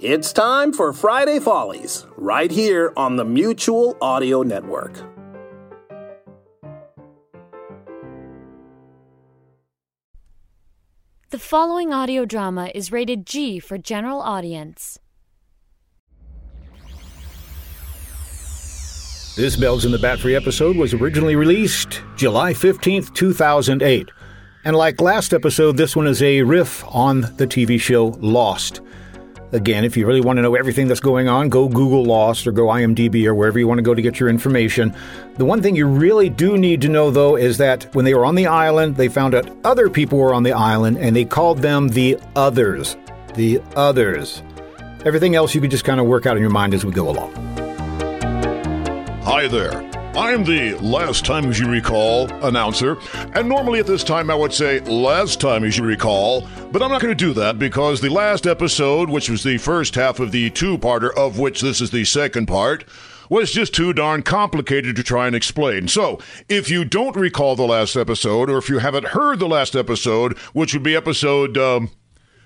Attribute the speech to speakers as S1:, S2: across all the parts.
S1: It's time for Friday Follies, right here on the Mutual Audio Network.
S2: The following audio drama is rated G for general audience.
S3: This Bells in the Bat Free episode was originally released July 15th, 2008. And like last episode, this one is a riff on the TV show Lost. Again, if you really want to know everything that's going on, go Google Lost or go IMDb or wherever you want to go to get your information. The one thing you really do need to know, though, is that when they were on the island, they found out other people were on the island and they called them the Others. The Others. Everything else you could just kind of work out in your mind as we go along.
S4: Hi there. I'm the last time as you recall announcer, and normally at this time I would say last time as you recall, but I'm not going to do that because the last episode, which was the first half of the two parter, of which this is the second part, was just too darn complicated to try and explain. So, if you don't recall the last episode, or if you haven't heard the last episode, which would be episode, um,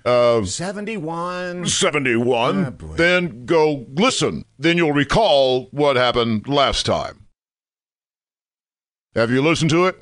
S4: uh,
S5: 71.
S4: 71,
S5: Ah, boy.
S4: then go listen. Then you'll recall what happened last time. Have you listened to it?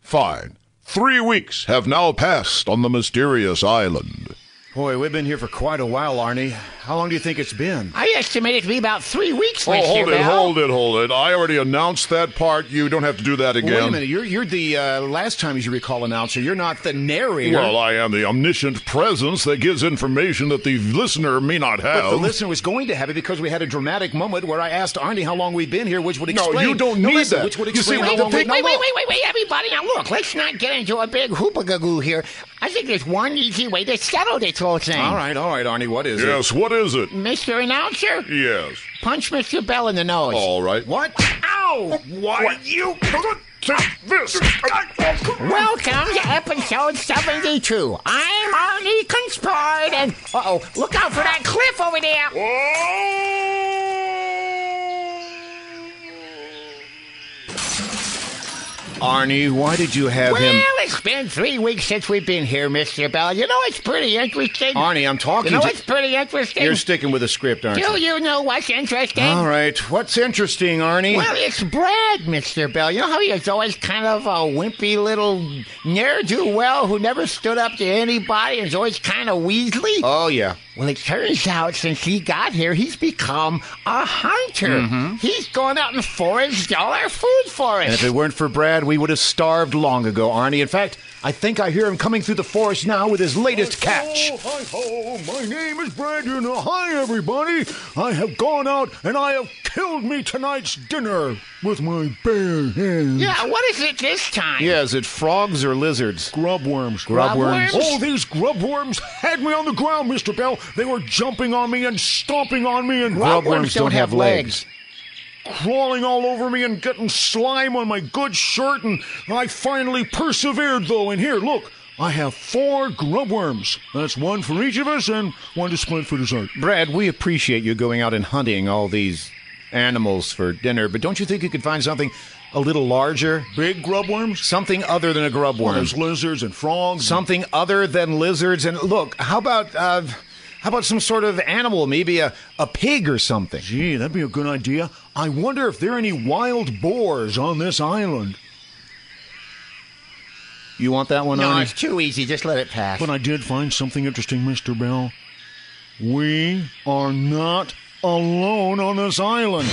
S4: Fine. Three weeks have now passed on the mysterious island.
S5: Boy, we've been here for quite a while, Arnie. How long do you think it's been?
S6: I estimate it to be about three weeks
S4: oh,
S6: last year,
S4: hold it,
S6: Val.
S4: hold it, hold it. I already announced that part. You don't have to do that again.
S5: Wait a minute. You're, you're the uh, last time, as you recall, announcer. You're not the narrator.
S4: Well, I am the omniscient presence that gives information that the listener may not have.
S5: but the listener was going to have it because we had a dramatic moment where I asked Arnie how long we've been here, which would
S4: No,
S5: explain.
S4: you don't need
S5: listen,
S4: that.
S5: Which would
S4: You see,
S5: explain
S4: what
S5: how
S4: the
S5: long
S4: thing-
S5: we've
S6: Wait, wait,
S5: no,
S6: wait, wait, wait, everybody. Now, look, let's not get into a big hoopagagoo here. I think there's one easy way to settle this whole thing.
S5: All right, all right, Arnie. What is
S4: yes, what is it?
S6: Mr. Announcer,
S4: Yes.
S6: punch Mr. Bell in the nose.
S4: All right.
S5: it? What?
S6: Ow!
S4: Why you couldn't touch this?
S6: Welcome to episode 72. I'm Arnie Conspired, and uh-oh, look out for that cliff over there.
S5: Arnie, why did you have him?
S6: Well, it's been three weeks since we've been here, Mr. Bell. You know, it's pretty interesting.
S5: Arnie, I'm
S6: you
S5: talking
S6: know,
S5: to
S6: it's pretty interesting.
S5: You're sticking with the script, aren't
S6: Do
S5: you?
S6: you know what's interesting?
S5: All right. What's interesting, Arnie?
S6: Well, it's Brad, Mr. Bell. You know how he was always kind of a wimpy little ne'er do well who never stood up to anybody and was always kind of weaselly?
S5: oh, yeah.
S6: well, it turns out since he got here, he's become a hunter. He's gone out and foraged all our food for
S5: Mm-hmm. And if
S6: us.
S5: it weren't for Brad, we would have starved long ago, Arnie. In fact, I think I hear him coming through the forest now with his latest catch.
S4: Oh, hi, ho,
S5: My name is Brad, and hi, everybody. I have gone out and I have killed me tonight's dinner with my bare hands.
S6: yeah, what is it this time?
S5: Yeah, is it frogs or lizards? Grub worms.
S6: Grub worms?
S5: Oh, these grub worms had me on the ground, Mr. Bell. They were jumping on me and stomping on me and
S6: Grub worms don't have legs.
S5: crawling all over me and getting slime on my good shirt, and I finally persevered though. And here, look, I have four grub worms. That's one for each of us and one to split for dessert. Brad, we appreciate you going out and hunting all these animals for dinner, but don't you think you could find something a little larger? Big grub worms? Something other than a grub worm.
S4: There's lizards and frogs.
S5: something other than lizards. And look, how about uh, how about some sort of animal, maybe a, a pig or something? Gee, that'd be a good idea. I wonder if there are any wild boars on this island. You want that one,
S6: No,
S5: Arnie?
S6: it's too easy. Just let it pass.
S5: But I did find something interesting, Mr. Bell. We are not alone on this island.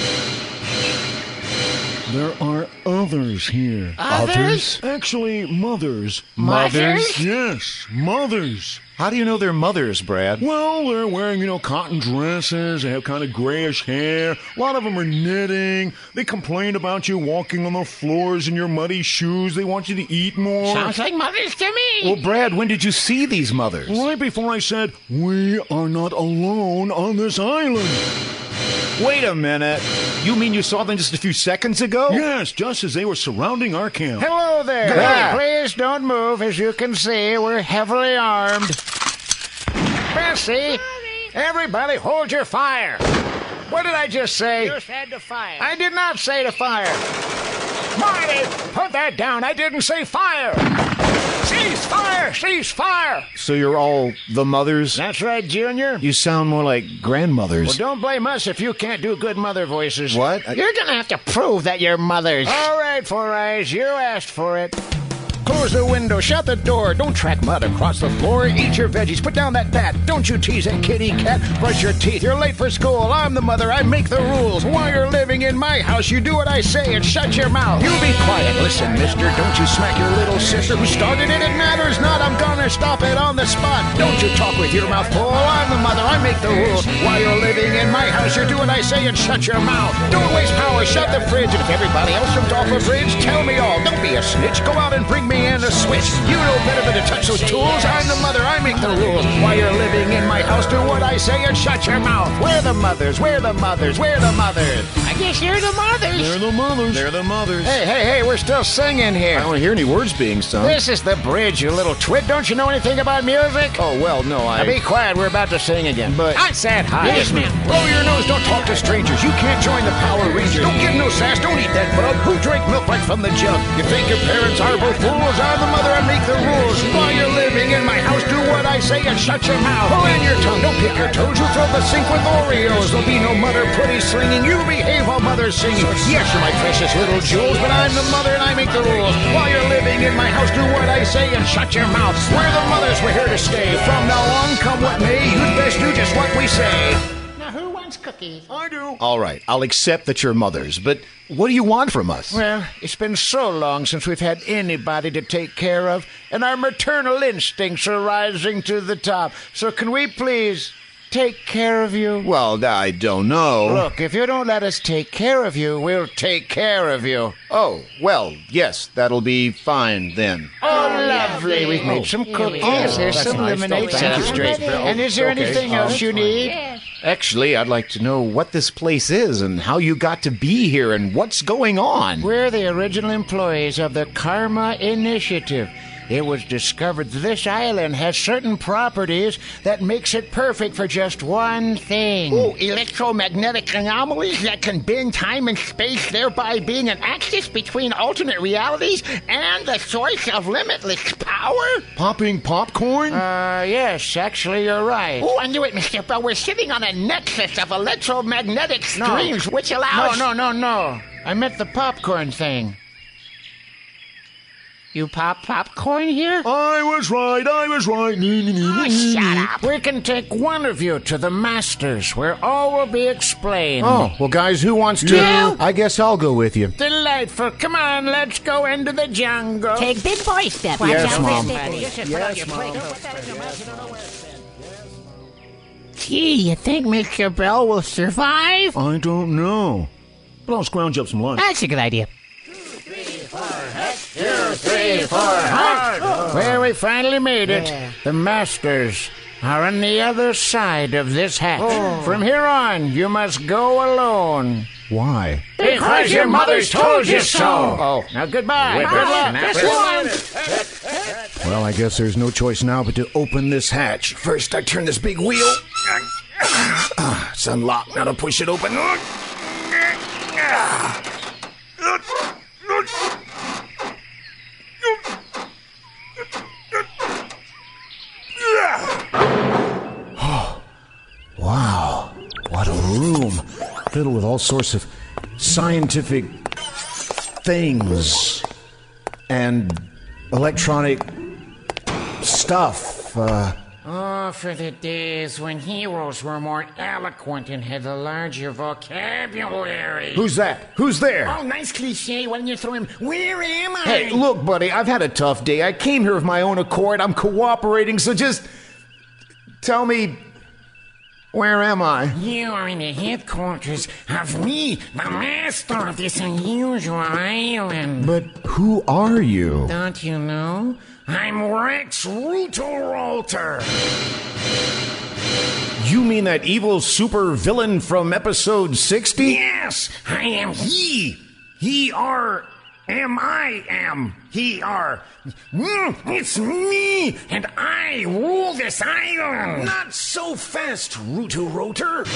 S5: There are others here.
S6: Others?
S5: Actually, mothers.
S6: Mothers?
S5: Yes, mothers. How do you know they're mothers, Brad? Well, they're wearing, you know, cotton dresses. They have kind of grayish hair. A lot of them are knitting. They complain about you walking on the floors in your muddy shoes. They want you to eat more.
S6: Sounds like mothers to me.
S5: Well, Brad, when did you see these mothers? Right before I said, we are not alone on this island. Wait a minute. You mean you saw them just a few seconds ago? Yes, just as they were surrounding our camp.
S6: Hello there.
S5: Yeah.
S6: Please don't move. As you can see, we're heavily armed. Bessie, everybody hold your fire. What did I just say? You said to fire. I did not say to fire. Marty, put that down. I didn't say fire. Cease fire! Cease fire!
S3: So you're all the mothers?
S6: That's right, Junior.
S3: You sound more like
S6: Well,
S3: grandmothers.
S6: don't blame us if you can't do good mother voices.
S3: What? I-
S6: You're gonna have to prove that you're mothers. All right, Four Eyes, you asked for it. Close the window, shut the door. Don't track mud across the floor. Eat your veggies, put down that bat. Don't you tease that kitty cat. Brush your teeth, you're late for school. I'm the mother, I make the rules. While you're living in my house, you do what I say and shut your mouth. You be quiet. Listen, mister, don't you smack your little sister who started it. It matters not, I'm gonna stop it on the spot. Don't you talk with your mouth full. I'm the mother, I make the rules. While you're living in my house, you do what I say and shut your mouth. Don't waste power, shut the fridge. And if everybody else jumped off a bridge, tell me all. Don't be a snitch. Go out and bring me in a switch. You know better than to touch those tools. I'm the mother, I make the rules. While you're living in my house, do what I say and shut your mouth. We're the mothers, we're the mothers, we're the mothers. I guess you're the mothers.
S3: They're the mothers. They're the mothers.
S6: Hey, hey, hey, we're still singing
S3: I
S6: here.
S3: don't hear any words being sung.
S6: This is the bridge, you little twit. Don't you know anything about music?
S3: Oh well, no, I.
S6: Now be quiet, we're about to sing again.
S3: But-
S6: I said hi. Yes, ma'am. Blow your nose, don't talk to strangers. You can't join the Power Rangers. Don't give no sass, don't eat that bug. Who drank milk right from the jug? You think your parents are both fools? I'm the mother, I make the rules. While you're living in my house, do what I say and shut your mouth. Pull in your tongue, don't pick your toes. You fill the sink with Oreos. There'll be no mother putty slinging. You behave while mother's singing. Yes, you're my precious little jewels, but I'm the mother and I make the rules. While you're living in my house, do what I say and shut your mouth. We're the mothers, we're here to stay. From now on, come what may, you'd best do just what we say.
S7: Now, who wants cookies?
S6: I do.
S3: All right, I'll accept that you're mothers, but what do you want from us?
S6: Well, it's been so long since we've had anybody to take care of, and our maternal instincts are rising to the top. So, can we please take care of you?
S3: Well, Oh, I don't know.
S6: Look, if you don't let us take care of you, we'll take care of you.
S3: Oh well, yes, that'll be fine then.
S6: Oh, lovely. We've made some cookies. There's some lemonade. Thank you, Straight. And is there anything else you need?
S3: Actually, I'd like to know what this place is and how you got to be here and what's going on.
S6: We're the original employees of the Karma Initiative. It was discovered this island has certain properties that makes it perfect for just one thing. Ooh, electromagnetic anomalies that can bend time and space, thereby being an axis between alternate realities and the source of limitless power?
S3: Popping popcorn?
S6: Uh, yes, actually, you're right.
S7: Oh, I knew it, Mr. Bell. We're sitting on a nexus of electromagnetic streams, which
S6: No,
S7: allows.
S6: no, no, no. I meant the popcorn thing. You pop popcorn here?
S5: I was right, I was right. Nee, nee, nee, nee, nee,
S7: Oh, Shut
S5: nee.
S7: up.
S6: We can take one of you to the Masters, where all will be explained.
S3: Oh, well, guys, who wants to?
S7: You.
S3: I guess I'll go with you.
S6: Delightful. Come on, let's go into the jungle.
S7: Take big boy step. Watch
S3: Yes,
S7: out for
S3: Mom.
S7: big boy.
S6: yes, Mom.
S7: Gee, you think Mr. Bell will survive?
S5: I don't know. But I'll scrounge up some lunch.
S7: That's a good idea.
S6: Well, we finally made it. The Masters are on the other side of this hatch. From here on, you must go alone.
S3: Why?
S6: Because your mother's told you so. Oh, now goodbye. Good luck.
S3: Well, I guess there's no choice now but to open this hatch. First, I turn this big wheel. Ah, It's unlocked. Now to push it open. Wow, what a room filled with all sorts of scientific things and electronic stuff. Uh,
S6: Oh, for the days when heroes were more eloquent and had a larger vocabulary.
S3: who's that? Who's there?
S6: Oh, nice cliche. Why don't you throw him? Where am I?
S3: Hey, look, buddy, I've had a tough day. I came here of my own accord. I'm cooperating, so just tell me where am I?
S6: You are in the headquarters of me, the master of this unusual island.
S3: But who are you?
S6: Don't you know? I'm Rex Rooterolter.
S3: You mean that evil super villain from episode 60?
S6: Yes, I am he. He are. Am I am. He are. Mm, It's me, and I rule this island.
S3: Not so fast, Rooter Roter.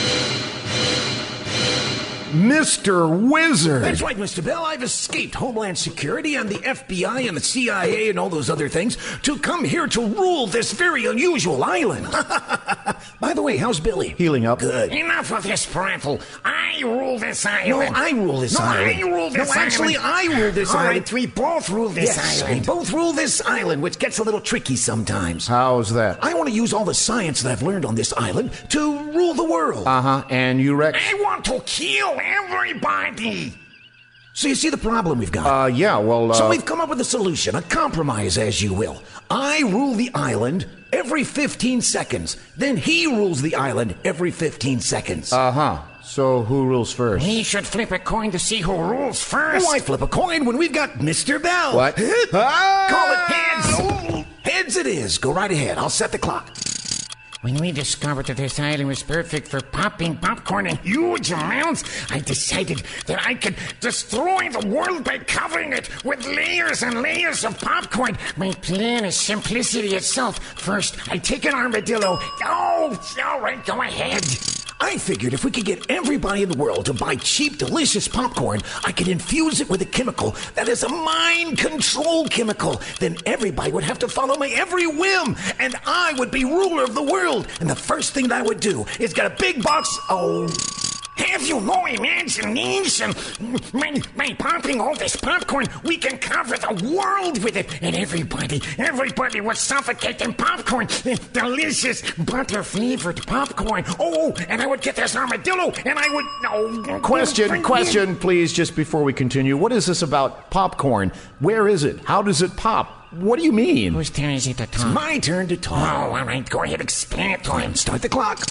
S8: Mr. Wizard.
S4: That's right, Mr. Bell. I've escaped Homeland Security and the FBI and the CIA and all those other things to come here to rule this very unusual island. By the way, how's Billy?
S8: Healing up.
S4: Good.
S6: Enough of this prattle. I rule this
S4: No,
S6: island.
S4: I rule this
S6: no,
S4: island.
S6: I rule this
S4: no,
S6: island.
S4: actually, I rule this
S6: All
S4: island.
S6: right, we both rule this
S4: yes,
S6: island.
S4: we both rule this island, which gets a little tricky sometimes.
S8: How's that?
S4: I want to use all the science that I've learned on this island to rule the world.
S8: Uh huh. And you, Rex?
S6: I want to kill everybody.
S4: so you see the problem we've got.
S8: Uh, yeah, well, uh.
S4: So we've come up with a solution, a compromise, as you will. I rule the island every 15 seconds. Then he rules the island every 15 seconds.
S8: Uh
S6: Uh-huh.
S8: huh. So who rules first?
S6: He should flip a coin to see who rules first.
S4: Why flip a coin when we've got Mr. Bell?
S8: What? Ah!
S4: Call it heads. Heads it is. Go right ahead. I'll set the clock.
S6: When we discovered that this island was perfect for popping popcorn in huge amounts, I decided that I could destroy the world by covering it with layers and layers of popcorn. My plan is simplicity itself. First, I take an armadillo. Oh, all right, go ahead.
S4: I figured if we could get everybody in the world to buy cheap, delicious popcorn, I could infuse it with a chemical that is a mind control chemical. Then everybody would have to follow my every whim, and I would be ruler of the world. And the first thing that I would do is get a big box. Oh.
S6: Have you no imagination? By, by popping all this popcorn, we can cover the world with it. And everybody, everybody would suffocate in popcorn. Delicious butter flavored popcorn. Oh, and I would get this armadillo and I would. oh, No.
S8: Question, question, please, just before we continue. What is this about popcorn? Where is it? How does it pop? What do you mean?
S6: Whose turn is it to talk?
S4: My turn to talk.
S6: Uh-huh. Oh, all right, go ahead, explain it to him.
S4: Start the clock.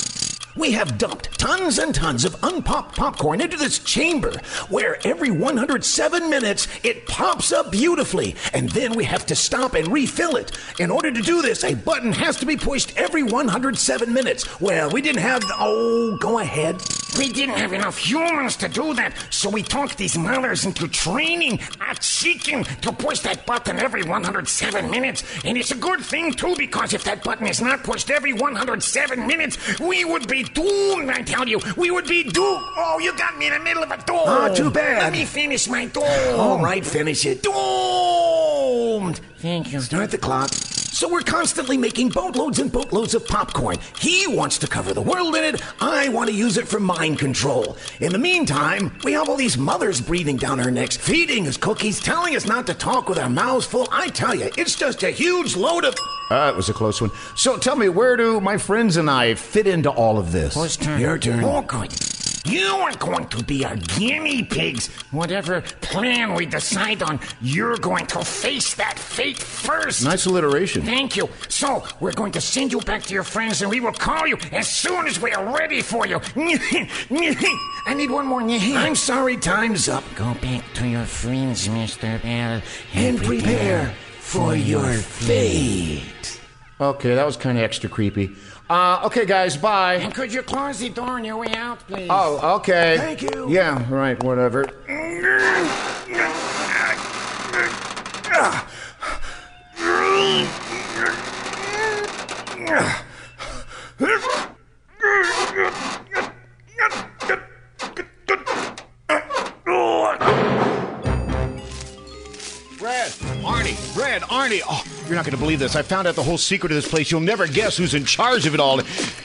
S4: We have dumped tons and tons of unpopped popcorn into this chamber where every 107 minutes it pops up beautifully, and then we have to stop and refill it. In order to do this, a button has to be pushed every 107 minutes. Well, we didn't have. The, oh, go ahead.
S6: We didn't have enough humans to do that, so we talked these mothers into training a chicken to push that button every 107 minutes. And it's a good thing, too, because if that button is not pushed every 107 minutes, we would be doomed, I tell you. We would be doomed. Oh, you got me in the middle of a doom.
S4: Ah, too bad.
S6: Let me finish my doom.
S4: All right, finish it. Doomed.
S6: Thank you.
S4: Start the clock. So we're constantly making boatloads and boatloads of popcorn. He wants to cover the world in it. I want to use it for mind control. In the meantime, we have all these mothers breathing down our necks, feeding us cookies, telling us not to talk with our mouths full. I tell you, it's just a huge load of.
S8: Uh, it was a close one. So tell me, where do my friends and I fit into all of this?
S6: Whose turn?
S4: Your turn.
S6: Oh, good. You are going to be our guinea pigs. Whatever plan we decide on, you're going to face that fate first.
S8: Nice alliteration.
S6: Thank you. So, we're going to send you back to your friends and we will call you as soon as we are ready for you. I need one more.
S4: I'm sorry, time's up.
S6: Go back to your friends, Mr. Bell,
S4: And prepare for your fate.
S8: Okay, that was kind of extra creepy. Uh, okay, guys, bye.
S6: And could you close the door on your way out, please?
S8: Oh, okay.
S4: Thank you.
S8: Yeah, right, whatever.
S9: Brad, Arnie, Brad, Arnie. Oh, you're not going to believe this. I found out the whole secret of this place. You'll never guess who's in charge of it all.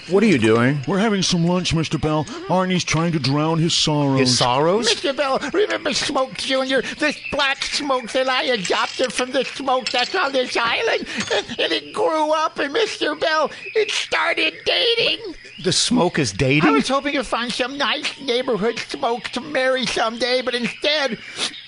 S9: What are you doing?
S5: We're having some lunch, Mr. Bell. Arnie's trying to drown his sorrows.
S8: His sorrows?
S6: Mr. Bell, remember Smoke Jr., this black smoke that I adopted from the smoke that's on this island? And it grew up, and Mr. Bell, it started dating.
S8: The smoke is dating?
S6: I was hoping to find some nice neighborhood smoke to marry someday, but instead,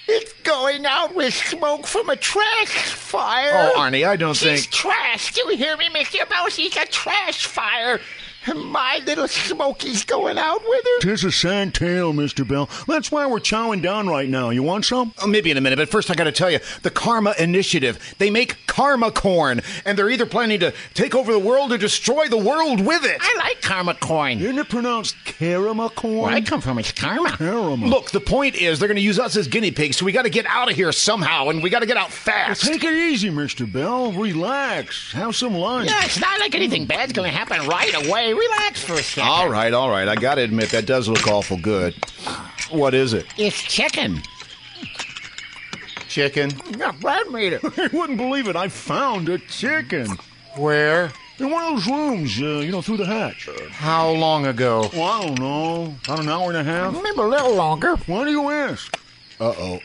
S6: it's going out with smoke from a trash fire.
S8: Oh, Arnie, I don't
S6: She's
S8: think.
S6: trash. Do you hear me, Mr. Bell? She's a trash fire. And my little Smokey's going out with her.
S5: Tis a sad tale, Mr. Bell. That's why we're chowing down right now. You want some?
S9: Oh, maybe in a minute, but first I got to tell you the Karma Initiative. They make karma corn, and they're either planning to take over the world or destroy the world with it.
S6: I like karma coin.
S5: Isn't it pronounced Karama corn?
S6: Where I come from is karma.
S5: Karama.
S9: Look, the point is they're going to use us as guinea pigs, so we got to get out of here somehow, and we got to get out fast.
S5: Take it easy, Mr. Bell. Relax. Have some lunch.
S6: No, it's not like anything bad's going to happen right away. Relax for a second.
S9: All right, all right. I got to admit, that does look awful good.
S4: What is it?
S7: It's chicken.
S4: Chicken.
S7: Yeah, Brad made it.
S6: I wouldn't believe it. I found a chicken
S4: Where?
S6: in one of those rooms, uh, you know, through the hatch.
S4: How long ago?
S6: Well, I don't know, about an hour and a half.
S7: Maybe a little longer.
S6: Why do you ask?
S4: Uh oh.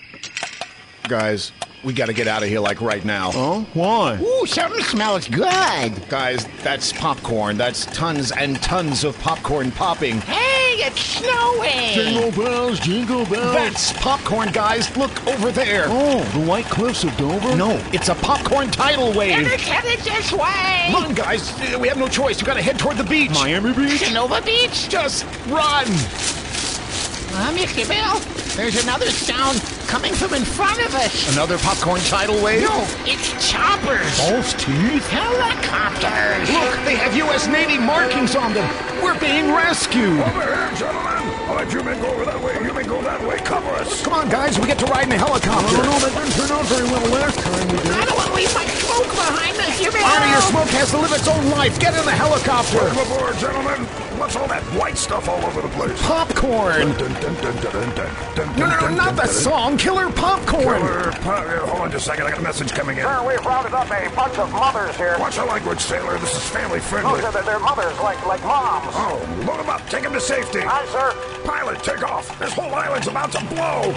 S4: Guys, we got to get out of here like right now.
S6: Oh, why?
S7: Ooh, something smells good.
S4: Guys, that's popcorn. That's tons and tons of popcorn popping.
S7: Hey, it's snowing.
S6: Jingle bells, jingle
S5: Oh.
S6: bells.
S4: That's popcorn, guys. Look over there.
S6: oh, the White Cliffs of Dover.
S4: No, it's a popcorn tidal
S7: And
S4: wave.
S7: it's headed this way.
S4: Run, guys. We have no choice. We got to head toward the beach.
S6: Miami Beach.
S7: Sonoma Beach.
S4: Just run.
S7: Uh, Mr. Bill, there's another sound coming from in front of us.
S4: Another popcorn tidal wave?
S7: No, it's choppers.
S6: False teeth.
S7: Helicopters.
S4: Look, they have U.S. Navy markings on them. We're being rescued.
S5: Over here, gentlemen. Oh. All right, you may go over that way. You may go that way. Cover us.
S4: Come on, guys. We get to ride in a helicopter.
S6: that didn't turn out very well last time we
S7: I don't want to leave my smoke behind us. You
S4: Honor your smoke has to live its own life. Get in the helicopter.
S5: Come aboard, gentlemen. What's all that white stuff all over the place?
S4: Popcorn. No, no, no, not the song. Killer popcorn.
S5: Killer po- uh, Hold on just a second. I got a message coming in.
S10: Sir, we've rounded up a bunch of mothers here.
S5: Watch the language, sailor. This is family
S10: Oh,
S5: friendly.
S10: sir, they're, they're mothers, like like moms.
S5: Oh, load him up. Take him to safety.
S10: Aye, sir.
S5: Pilot, take off. This whole island's about to blow.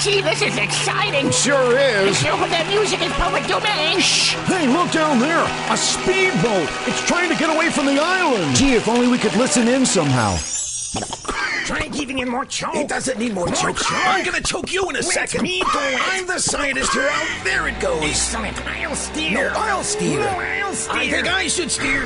S7: Gee, this is exciting.
S4: Sure is.
S7: Show that music in public domain. Shh.
S6: Hey, look down there. A speedboat. It's trying to get away from the island.
S3: Gee, if only we could listen in somehow.
S11: Try giving him more choke.
S5: He doesn't need more choke. I'm gonna choke you in a second.
S11: me do it.
S5: I'm the scientist here. Out there it goes.
S11: Son of- I'll
S5: No,
S11: steer.
S5: I'll steer.
S11: No, I'll steer.
S5: I think I should steer.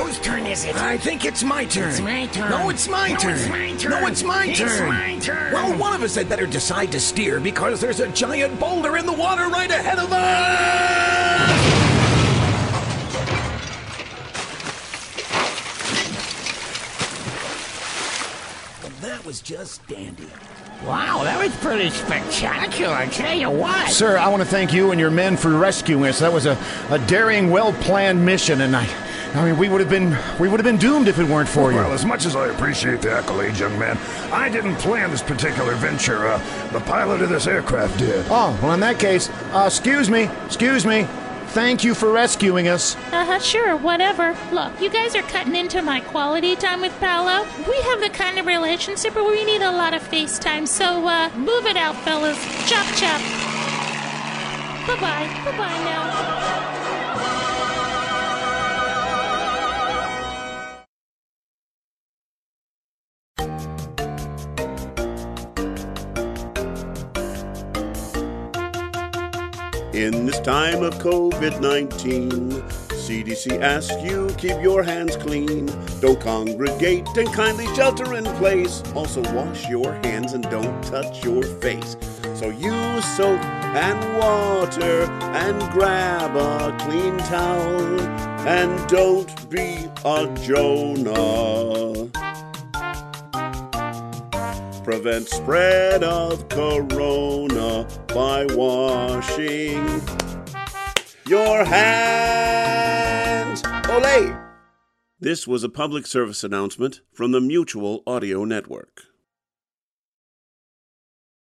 S11: Whose turn is it?
S5: I think it's my turn.
S11: It's my turn.
S5: No, it's my
S11: No,
S5: turn.
S11: it's my turn.
S5: No, it's my
S11: It's
S5: turn.
S11: my turn.
S5: Well, one of us had better decide to steer because there's a giant boulder in the water right ahead of us. Well, that was just dandy.
S7: Wow, that was pretty spectacular. I tell you what.
S3: Sir, I want to thank you and your men for rescuing us. That was a, a daring, well-planned mission, and I, I mean, we would have been we would have been doomed if it weren't for
S5: Well,
S3: you.
S5: as much as I appreciate the accolades, young man, I didn't plan this particular venture. Uh, the pilot of this aircraft did.
S3: Oh, well, in that case, uh, excuse me, excuse me. Thank you for rescuing us.
S2: Uh huh, sure, whatever. Look, you guys are cutting into my quality time with Paolo. We have the kind of relationship where we need a lot of face time, so, uh, move it out, fellas. Chop, chop. Bye bye. Bye bye now.
S10: In this time of COVID 19, CDC asks you keep your hands clean. Don't congregate and kindly shelter in place. Also, wash your hands and don't touch your face. So, use soap and water and grab a clean towel. And don't be a Jonah. Prevent spread of corona by washing your hands. Olay! This was a public service announcement from the Mutual Audio Network.